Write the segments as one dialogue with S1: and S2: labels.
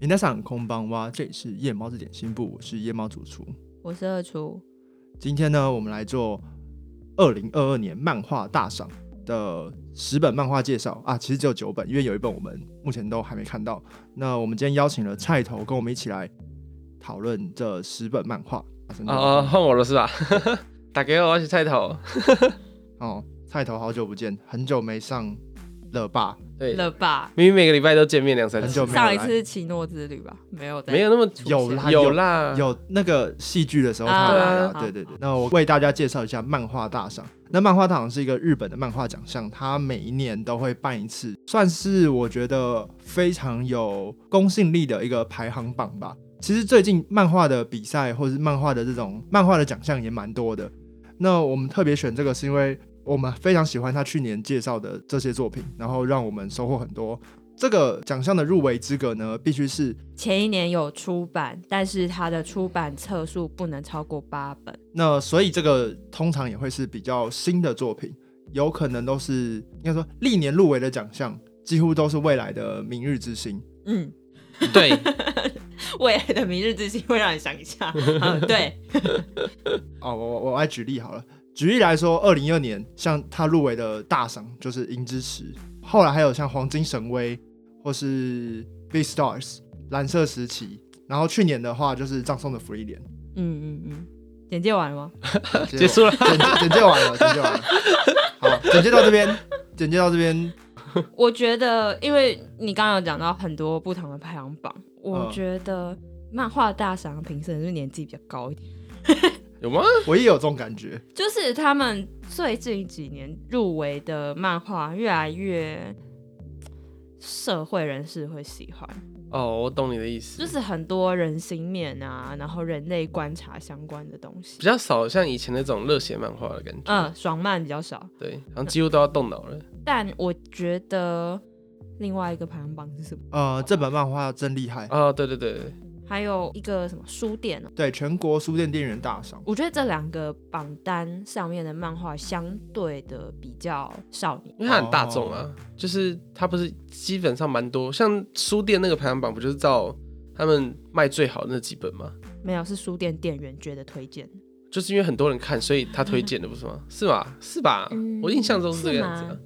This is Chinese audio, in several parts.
S1: 明大上空邦蛙，这里是夜猫子点心部，我是夜猫主厨。
S2: 我是二厨，
S1: 今天呢，我们来做二零二二年漫画大赏的十本漫画介绍啊，其实只有九本，因为有一本我们目前都还没看到。那我们今天邀请了菜头跟我们一起来讨论这十本漫画。啊真的
S3: 啊啊，换我了是吧？ 打给我，我要去菜头。
S1: 哦，菜头好久不见，很久没上了吧？
S3: 对，
S2: 了吧？
S3: 明明每个礼拜都见面两三
S1: 很
S3: 次
S1: 久，没有
S2: 上一
S1: 来
S2: 次是奇诺之旅吧？没有在，
S3: 没有那么
S1: 有啦，
S3: 有啦，
S1: 有那个戏剧的时候
S2: 嗯啊
S1: 他来
S3: 对
S1: 了，
S2: 啊
S1: 对对对。那我为大家介绍一下漫画大赏。那漫画大赏是一个日本的漫画奖项，它每一年都会办一次，算是我觉得非常有公信力的一个排行榜吧。其实最近漫画的比赛或者是漫画的这种漫画的奖项也蛮多的。那我们特别选这个是因为我们非常喜欢他去年介绍的这些作品，然后让我们收获很多。这个奖项的入围资格呢，必须是
S2: 前一年有出版，但是它的出版册数不能超过八本。
S1: 那所以这个通常也会是比较新的作品，有可能都是应该说历年入围的奖项，几乎都是未来的明日之星。
S2: 嗯，
S3: 对，
S2: 未来的明日之星会让你想一 下。嗯，对，
S1: 哦，我我我来举例好了，举例来说，二零一二年像他入围的大赏就是《银之匙》，后来还有像《黄金神威》或是《Big Stars》蓝色时期，然后去年的话就是《葬送的芙莉莲
S2: 嗯嗯嗯，简介完了吗？》
S1: 结
S3: 结
S1: 果
S3: 束了。
S1: 简介简介完了，简介完了，好，简介到这边，简介到这边，
S2: 我觉得，因为你刚刚有讲到很多不同的排行榜，我
S1: 嗯
S2: 觉得漫画大赏的评审是不是年纪比较高一点，
S3: 有吗？
S1: 我也有这种感觉。
S2: 就是他们最近几年入围的漫画越来越社会人士会喜欢，
S3: 哦，我懂你的意思，
S2: 就是很多人形面啊，然后人类观察相关的东西
S3: 比。较少像以前那种热血漫画的感觉。
S2: 嗯，爽漫比较少，
S3: 对，好像几乎都要动脑了。
S2: 但我觉得另外一个排行榜是什么？
S1: 呃，这本漫画真厉害，
S3: 哦，对对对对，
S2: 还有一个什么书店哦
S1: 对，全国书店店员大赏。
S2: 我觉得这两个榜单上面的漫画相对的比较少年，
S3: 因为它很大众
S2: 哦
S3: 啊，就是它不是基本上蛮多，像书店那个排行榜不就是照他们卖最好的那几本吗？
S2: 没有是书店店员觉得推荐，
S3: 就是因为很多人看，所以他推荐的，不是吗？是吗？是吧？
S2: 嗯
S3: 我印象中是这个样子
S2: 是
S3: 啊
S2: 吗。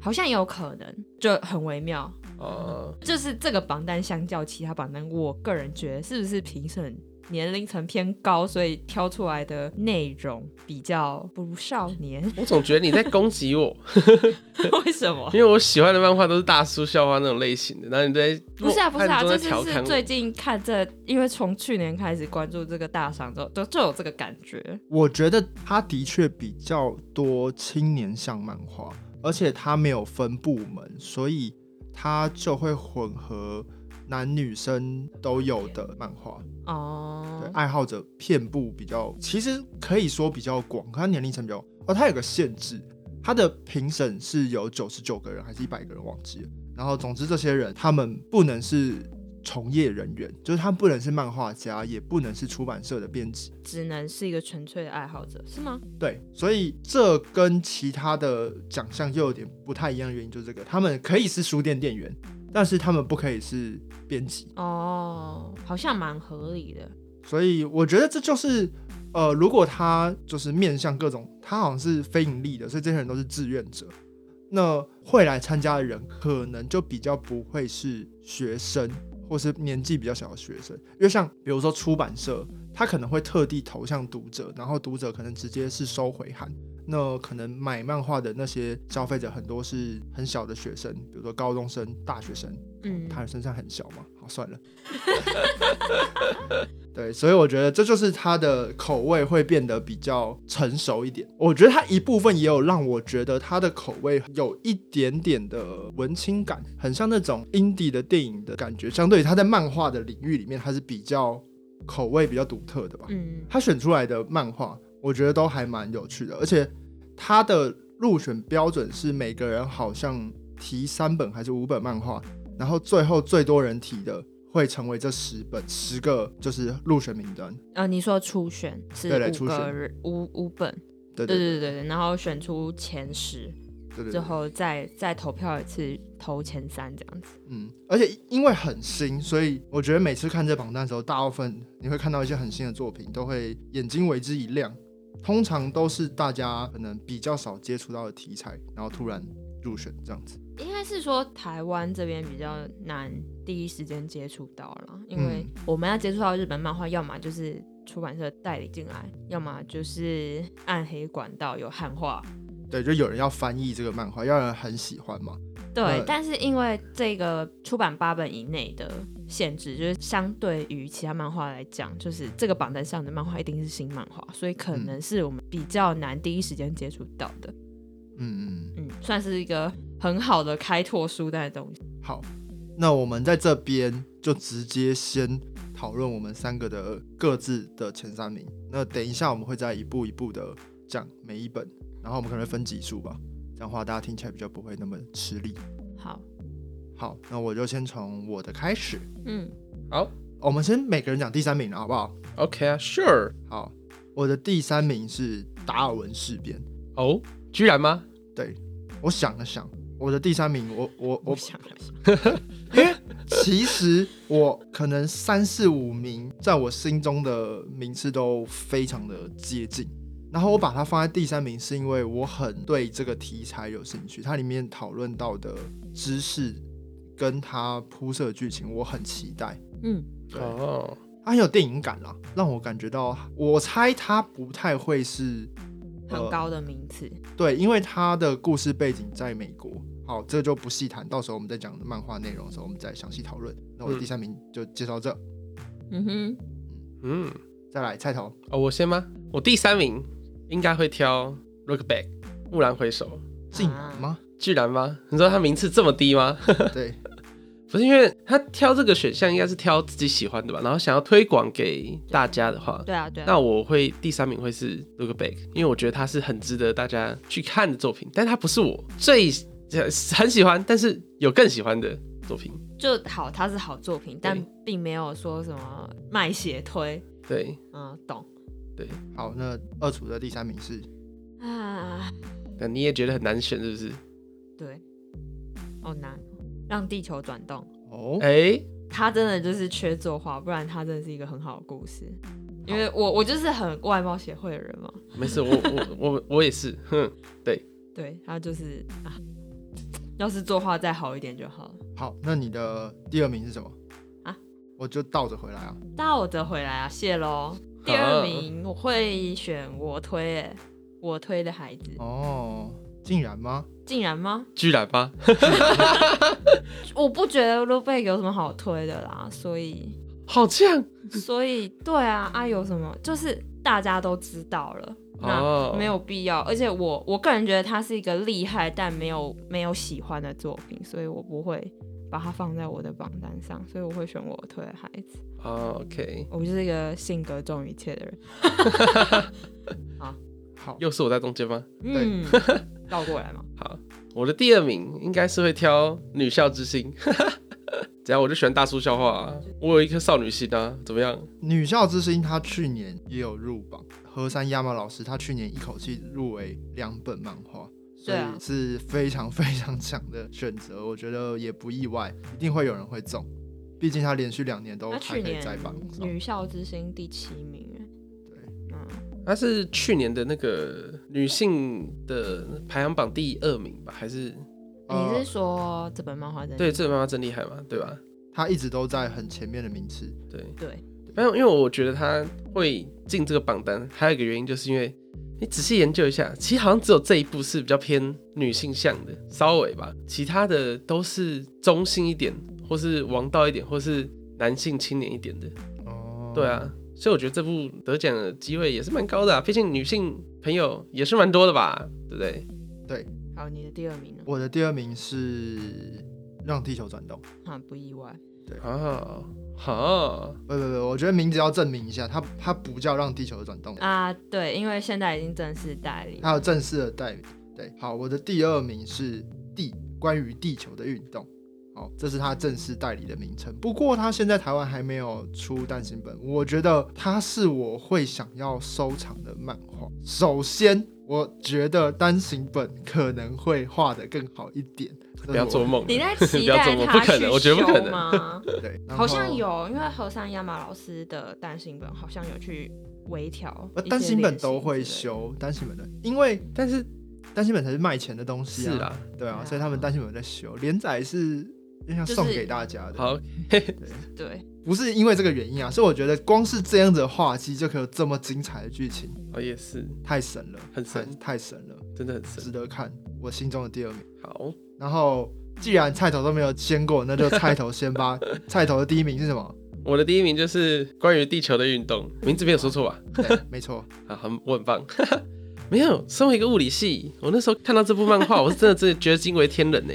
S2: 好像也有可能，就很微妙。
S3: 哦、
S2: 就是这个榜单相较其他榜单，我个人觉得是不是评审年龄层偏高，所以挑出来的内容比较不如少 年？
S3: 我总觉得你在攻击我，
S2: 为什么？
S3: 因为我喜欢的漫画都是大叔笑话那种类型的，然后你在
S2: 不是啊，不是啊，
S3: 暗中在
S2: 这次
S3: 调侃
S2: 是
S3: 我
S2: 最近看这，因为从去年开始关注这个大赏之后，就就有这个感觉。
S1: 我觉得它的确比较多青年向漫画，而且它没有分部门，所以它就会混合男女生都有的漫画。
S2: 哦、
S1: 对，爱好者遍布比较，其实可以说比较广，它年龄层比较，哦，它有个限制，它的评审是有九十九个人还是一百个人忘记了。然后总之这些人他们不能是从业人员，就是他们不能是漫画家，也不能是出版社的编辑。
S2: 只能是一个纯粹的爱好者，是吗？
S1: 对，所以这跟其他的奖项又有点不太一样，原因就是这个，他们可以是书店店员，但是他们不可以是编辑。
S2: 哦，好像蛮合理的。
S1: 所以我觉得这就是，呃，如果他就是面向各种，他好像是非盈利的，所以这些人都是志愿者。那会来参加的人，可能就比较不会是学生，或是年纪比较小的学生，因为像比如说出版社，他可能会特地投向读者，然后读者可能直接是收回函。那可能买漫画的那些消费者很多是很小的学生，比如说高中生、大学生，
S2: 嗯，
S1: 他的身上很小嘛，好算了。 对，所以我觉得这就是他的口味会变得比较成熟一点。我觉得他一部分也有让我觉得他的口味有一点点的文青感，很像那种 indie 的电影的感觉。相对于他在漫画的领域里面，他是比较口味比较独特的吧。
S2: 嗯，
S1: 他选出来的漫画，我觉得都还蛮有趣的，而且他的入选标准是每个人好像提三本还是五本漫画，然后最后最多人提的会成为这十本十个就是入选名单。
S2: 呃，你说初选是
S1: 对对
S2: 五
S1: 初
S2: 个
S1: 选
S2: 人五五本，
S1: 对
S2: 对
S1: 对
S2: 对对对，然后选出前十，
S1: 对对
S2: 之
S1: 对，
S2: 后再再投票一次，投前三这样子。
S1: 嗯，而且因为很新，所以我觉得每次看这榜单的时候，大部分你会看到一些很新的作品，都会眼睛为之一亮。通常都是大家可能比较少接触到的题材，然后突然入选这样子。
S2: 应该是说台湾这边比较难第一时间接触到了，因为我们要接触到日本漫画，要么就是出版社代理进来，要么就是暗黑管道有汉化。
S1: 对，就有人要翻译这个漫画，要有人很喜欢嘛。
S2: 对
S1: 嗯，
S2: 但是因为这个出版八本以内的限制，就是相对于其他漫画来讲，就是这个榜单上的漫画一定是新漫画，所以可
S1: 嗯
S2: 能是我们比较难第一时间接触到的。
S1: 嗯嗯，
S2: 嗯，算是一个很好的开拓书单的东西。
S1: 好，那我们在这边就直接先讨论我们三个的各自的前三名。那等一下我们会再一步一步的讲每一本，然后我们可能会分级数吧，这样的话大家听起来比较不会那么吃力。
S2: 好，
S1: 好，那我就先从我的开始。
S2: 嗯，
S3: 好
S1: 我们先每个人讲第三名了，好不好？
S3: ，OK 啊，Sure。
S1: 好，我的第三名是达尔文事变。
S3: 哦，居然吗？
S1: 我想了想，我的第三名，我我
S2: 我
S1: 我，
S2: 想了想，
S1: 其实我可能三四五名，在我心中的名次都非常的接近。然后我把它放在第三名，是因为我很对这个题材有兴趣，它里面讨论到的知识跟它铺设的剧情，我很期待。
S2: 嗯，
S1: 对
S3: 哦，
S1: 它很有电影感啦，让我感觉到，我猜它不太会是呃
S2: 很高的名次，
S1: 对，因为它的故事背景在美国。好，这就不细谈，到时候我们在讲漫画内容的时候，我们再详细讨论。那我的
S3: 嗯
S1: 第三名就介绍这，
S2: 嗯哼，
S3: 嗯，
S1: 再来菜头，
S3: 哦，我先吗？我第三名应该会挑 Look Back，蓦然回首，
S1: 竟然吗？
S3: 居然吗？你知道他名次这么低吗？
S2: 啊
S1: 对，
S3: 不是因为他挑这个选项应该是挑自己喜欢的吧，然后想要推广给大家的话，
S2: 对啊，对啊，
S3: 那我会第三名会是 Look Back，因为我觉得它是很值得大家去看的作品，但它不是我最呃很喜欢，但是有更喜欢的作品。
S2: 就好，它是好作品，但并没有说什么卖血推，
S3: 对，
S2: 嗯，懂
S1: 好，那二厨的第三名是
S2: 啊，
S3: 那你也觉得很难选是不是？
S2: 对，好难，哦让地球转动，
S1: 哦，
S3: 哎、
S2: 它真的就是缺作画，不然它真的是一个很好的故事。因为我我就是很外貌协会的人嘛，
S3: 没事，我我我我也是，哼，
S2: 对他就是啊，要是作画再好一点就好了。
S1: 好，那你的第二名是什么
S2: 啊？嗯
S1: 我就倒着回来啊。
S2: 那我折回来啊，谢喽。第二名我会选我推、欸，我推的孩子，
S1: 哦，竟然吗？
S2: 竟然吗？
S3: 居然吧，
S2: 我不觉得 l u b 有什么好推的啦，所以
S3: 好呛
S2: 所以对啊，啊有什么就是大家都知道了。
S3: 哦
S2: 那没有必要，而且我我个人觉得它是一个厉害但没有没有喜欢的作品，所以我不会把它放在我的榜单上，所以我会选我推的孩子。
S3: 哦，OK，
S2: 我就是一个性格重一切的人。
S1: 好，
S3: 又是我在中间吗？
S2: 嗯，倒过来嘛。
S3: 好，我的第二名应该是会挑女校之星，只要我就喜欢大叔笑话、啊，我有一颗少女心啊，怎么样？
S1: 女校之星她去年也有入榜，和山亚马老师她去年一口气入围两本漫画。所
S2: 对啊
S1: 以是非常非常强的选择，我觉得也不意外，一定会有人会中，毕竟她连续两年都
S2: 他
S1: 还
S2: 去
S1: 可以
S2: 年
S1: 在榜上。
S2: 女校之星第七名，哎，嗯，
S3: 她是去年的那个女性的排行榜第二名吧？还是
S2: 你
S1: 呃
S2: 是说这本漫画真的
S3: 对这个妈妈真厉害嘛？对吧？
S1: 她一直都在很前面的名次，
S3: 对，
S2: 对，
S3: 没有，因为我觉得她会进这个榜单，还有一个原因就是因为你仔细研究一下，其实好像只有这一部是比较偏女性向的，稍微吧，其他的都是中性一点，或是王道一点，或是男性青年一点的。
S1: 哦
S3: 对，啊，所以我觉得这部得奖的机会也是蛮高的、啊，毕竟女性朋友也是蛮多的吧，对不对？
S2: 好，你的第二名呢？
S1: 我的第二名是让地球转动。
S2: 啊，不意外，
S3: 啊，好。
S1: 不不不，我觉得名字要证明一下，它它不叫让地球转动，
S2: 啊，对，因为现在已经正式代理，
S1: 它有正式的代名。对，好，我的第二名是地，关于地球的运动。哦，这是他正式代理的名称。不过他现在台湾还没有出单行本，我觉得它是我会想要收藏的漫画。首先，我觉得单行本可能会画得更好一点。
S3: 不要做梦了，
S2: 你在期
S3: 不要做
S2: 待
S3: 梦，
S2: 他
S3: 不可
S2: 去
S3: 能，我觉得不可
S2: 修
S3: 能。
S2: 吗？
S1: 这是我对，然后
S2: 好像。有，因为和山亚马老师的单行本好像有去微调
S1: 呃，
S2: 一些
S1: 单行本
S2: 类型
S1: 都会
S2: 之类的。
S1: 修单行本的，因为
S3: 但是
S1: 单行本才是卖钱的东西
S3: 是
S1: 啊。
S3: 啊，
S1: 对啊
S2: 对，啊
S1: 所以他们单行本在修，连载是像
S2: 就是
S1: 送给大家的，
S3: 好，
S2: 对，
S1: 不是因为这个原因啊，是我觉得光是这样子的画技就可以有这么精彩的剧情，
S3: 哦也是，
S1: 太神了，
S3: 很神
S1: 太太神了，
S3: 真的很深。
S1: 值得看，我心中的第二名。
S3: 好，
S1: 然后既然菜头都没有先过，那就菜头先 吧。菜头的第一名是什么？
S3: 我的第一名就是关于地球的运动，名字没有说错吧？
S1: 对，没错，
S3: 啊，很我很棒。 没有，身为一个物理系，我那时候看到这部漫 画，我是真的真的觉得惊为天人呢。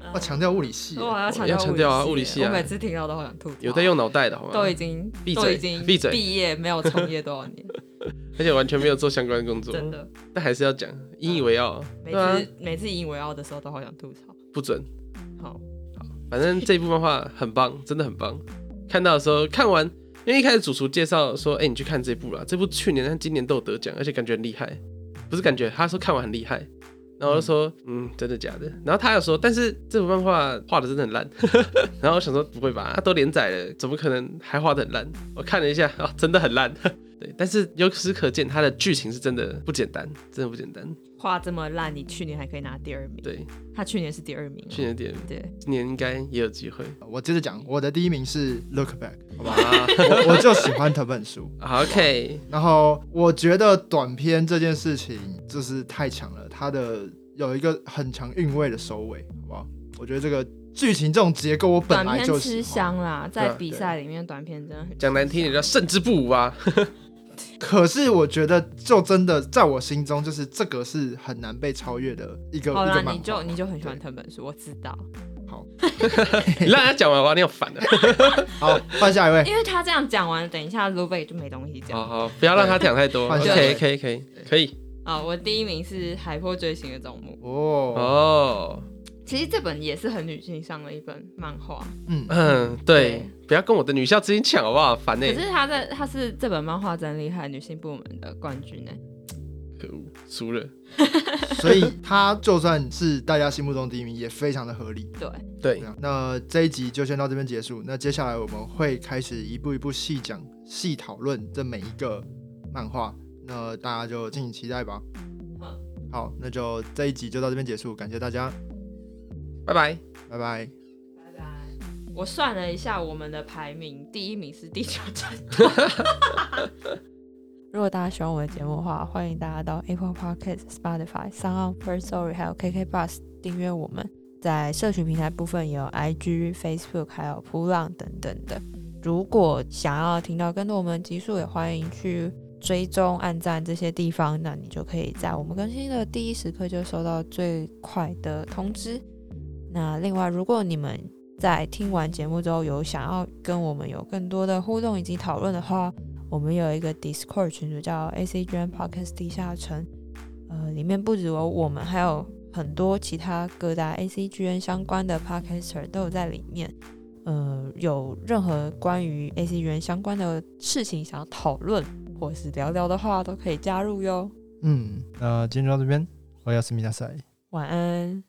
S1: 要哦强调物理系
S2: 嗯。，我要强
S3: 要
S2: 调
S3: 强调啊物理
S2: 系
S3: 系
S2: 耶
S3: 啊
S2: 我每次听到都好想吐槽。
S3: 有在用脑袋的好吗？
S2: 都已经
S3: 闭
S2: 都
S3: 嘴
S2: 已经
S3: 闭嘴
S2: 毕业没有从业多少 年，
S3: 而且完全没有做相关的工作，
S2: 真的，
S3: 但还是要讲，引以为傲。
S2: 每
S3: 对啊，
S2: 次每次引以为傲的时候都好想吐槽。
S3: 不准。
S2: 好，
S3: 反正这部漫画很棒，真的很棒。看到的时候，看完，因为一开始主厨介绍说，哎、你去看这部啦，这部去年和今年都有得奖，而且感觉很厉害，不是感觉，他说看完很厉害，然后我就说，嗯，真的假的？然后他又说，但是这部漫画画的真的很烂， 然后我想说不会吧，啊他都连载了，怎么可能还画的很烂？我看了一下，啊，真的很烂。 对，但是由此可见，它的剧情是真的不简单，真的不简单。
S2: 画这么烂，你去年还可以拿第二名，
S3: 对，
S2: 他去年是第二名哦，
S3: 去年点，
S2: 对，
S3: 今年应该也有机会。
S1: 我接着讲，我的第一名是 Look Back，好吧，
S3: 哇
S1: 我 我就喜欢藤本树。
S3: 好，OK，
S1: 然后我觉得短片这件事情就是太强了，它的有一个很强韵味的收尾，好不好？我觉得这个剧情这种结构我本
S2: 短
S1: 来
S2: 片
S1: 就喜
S2: 吃
S1: 欢，
S2: 香啦，
S1: 对
S2: 在
S1: 啊
S2: 比赛里面短片真的很
S3: 讲难听点叫胜之不武啊。
S1: 可是我觉得就真的在我心中，就是这个是很难被超越的一个
S2: 好
S1: 一
S2: 啦
S1: 个，漫
S2: 你就
S1: 画。
S2: 你就很喜欢藤本树，我知道，
S3: 你让他讲完吧，你好烦 啊！
S1: 好，换下一位，
S2: 因为他这样讲完，等一下 l u b e 就没东西讲
S1: 哦
S3: 好。好，不要让他讲太多。
S1: 对
S3: OK，可以，可以，可以。
S2: 啊，我第一名是《海破追星的总目
S1: 哦，
S3: 哦，》，
S2: 其实这本也是很女性向的一本漫画，
S1: 嗯，
S3: 嗯，对
S2: 对，
S3: 不要跟我的女校之间抢好不好？烦欸呢
S2: 可。是他在他是这本漫画真厉害，女性部门的冠军欸呢。
S3: 可恶，输了。
S1: 所以他就算是大家心目中第一名，也非常的合理。
S2: 对，
S3: 对，啊
S1: 啊那这一集就先到这边结束。那接下来我们会开始一步一步细讲、细讨论这每一个漫画，那大家就敬请期待吧。
S2: 好，
S1: 好，那就这一集就到这边结束，感谢大家，
S3: 拜拜。
S1: 拜拜。
S2: 拜拜。我算了一下我们的排名，第一名是第九战队。
S4: 如果大家喜欢我的节目的话，欢迎大家到 Apple Podcast、Spotify、s o u n First Story 还有 KK Bus 订阅我们。在社群平台部分也有 IG、Facebook 还有扑浪等等的。如果想要听到更多我们的集数，也欢迎去追踪、按赞这些地方，那你就可以在我们更新的第一时刻就收到最快的通知。那另外，如果你们在听完节目之后有想要跟我们有更多的互动以及讨论的话，我们有一个 Discord 群组叫 ACGN Podcast 地下城，呃，里面不只有我们，还有很多其他各大 ACGN 相关的 Podcaster 都有在里面。呃，有任何关于 ACGN 相关的事情想要讨论或是聊聊的话，都可以加入哟。
S1: 嗯，那今天就到这边，我要思密达塞。
S4: 晚安。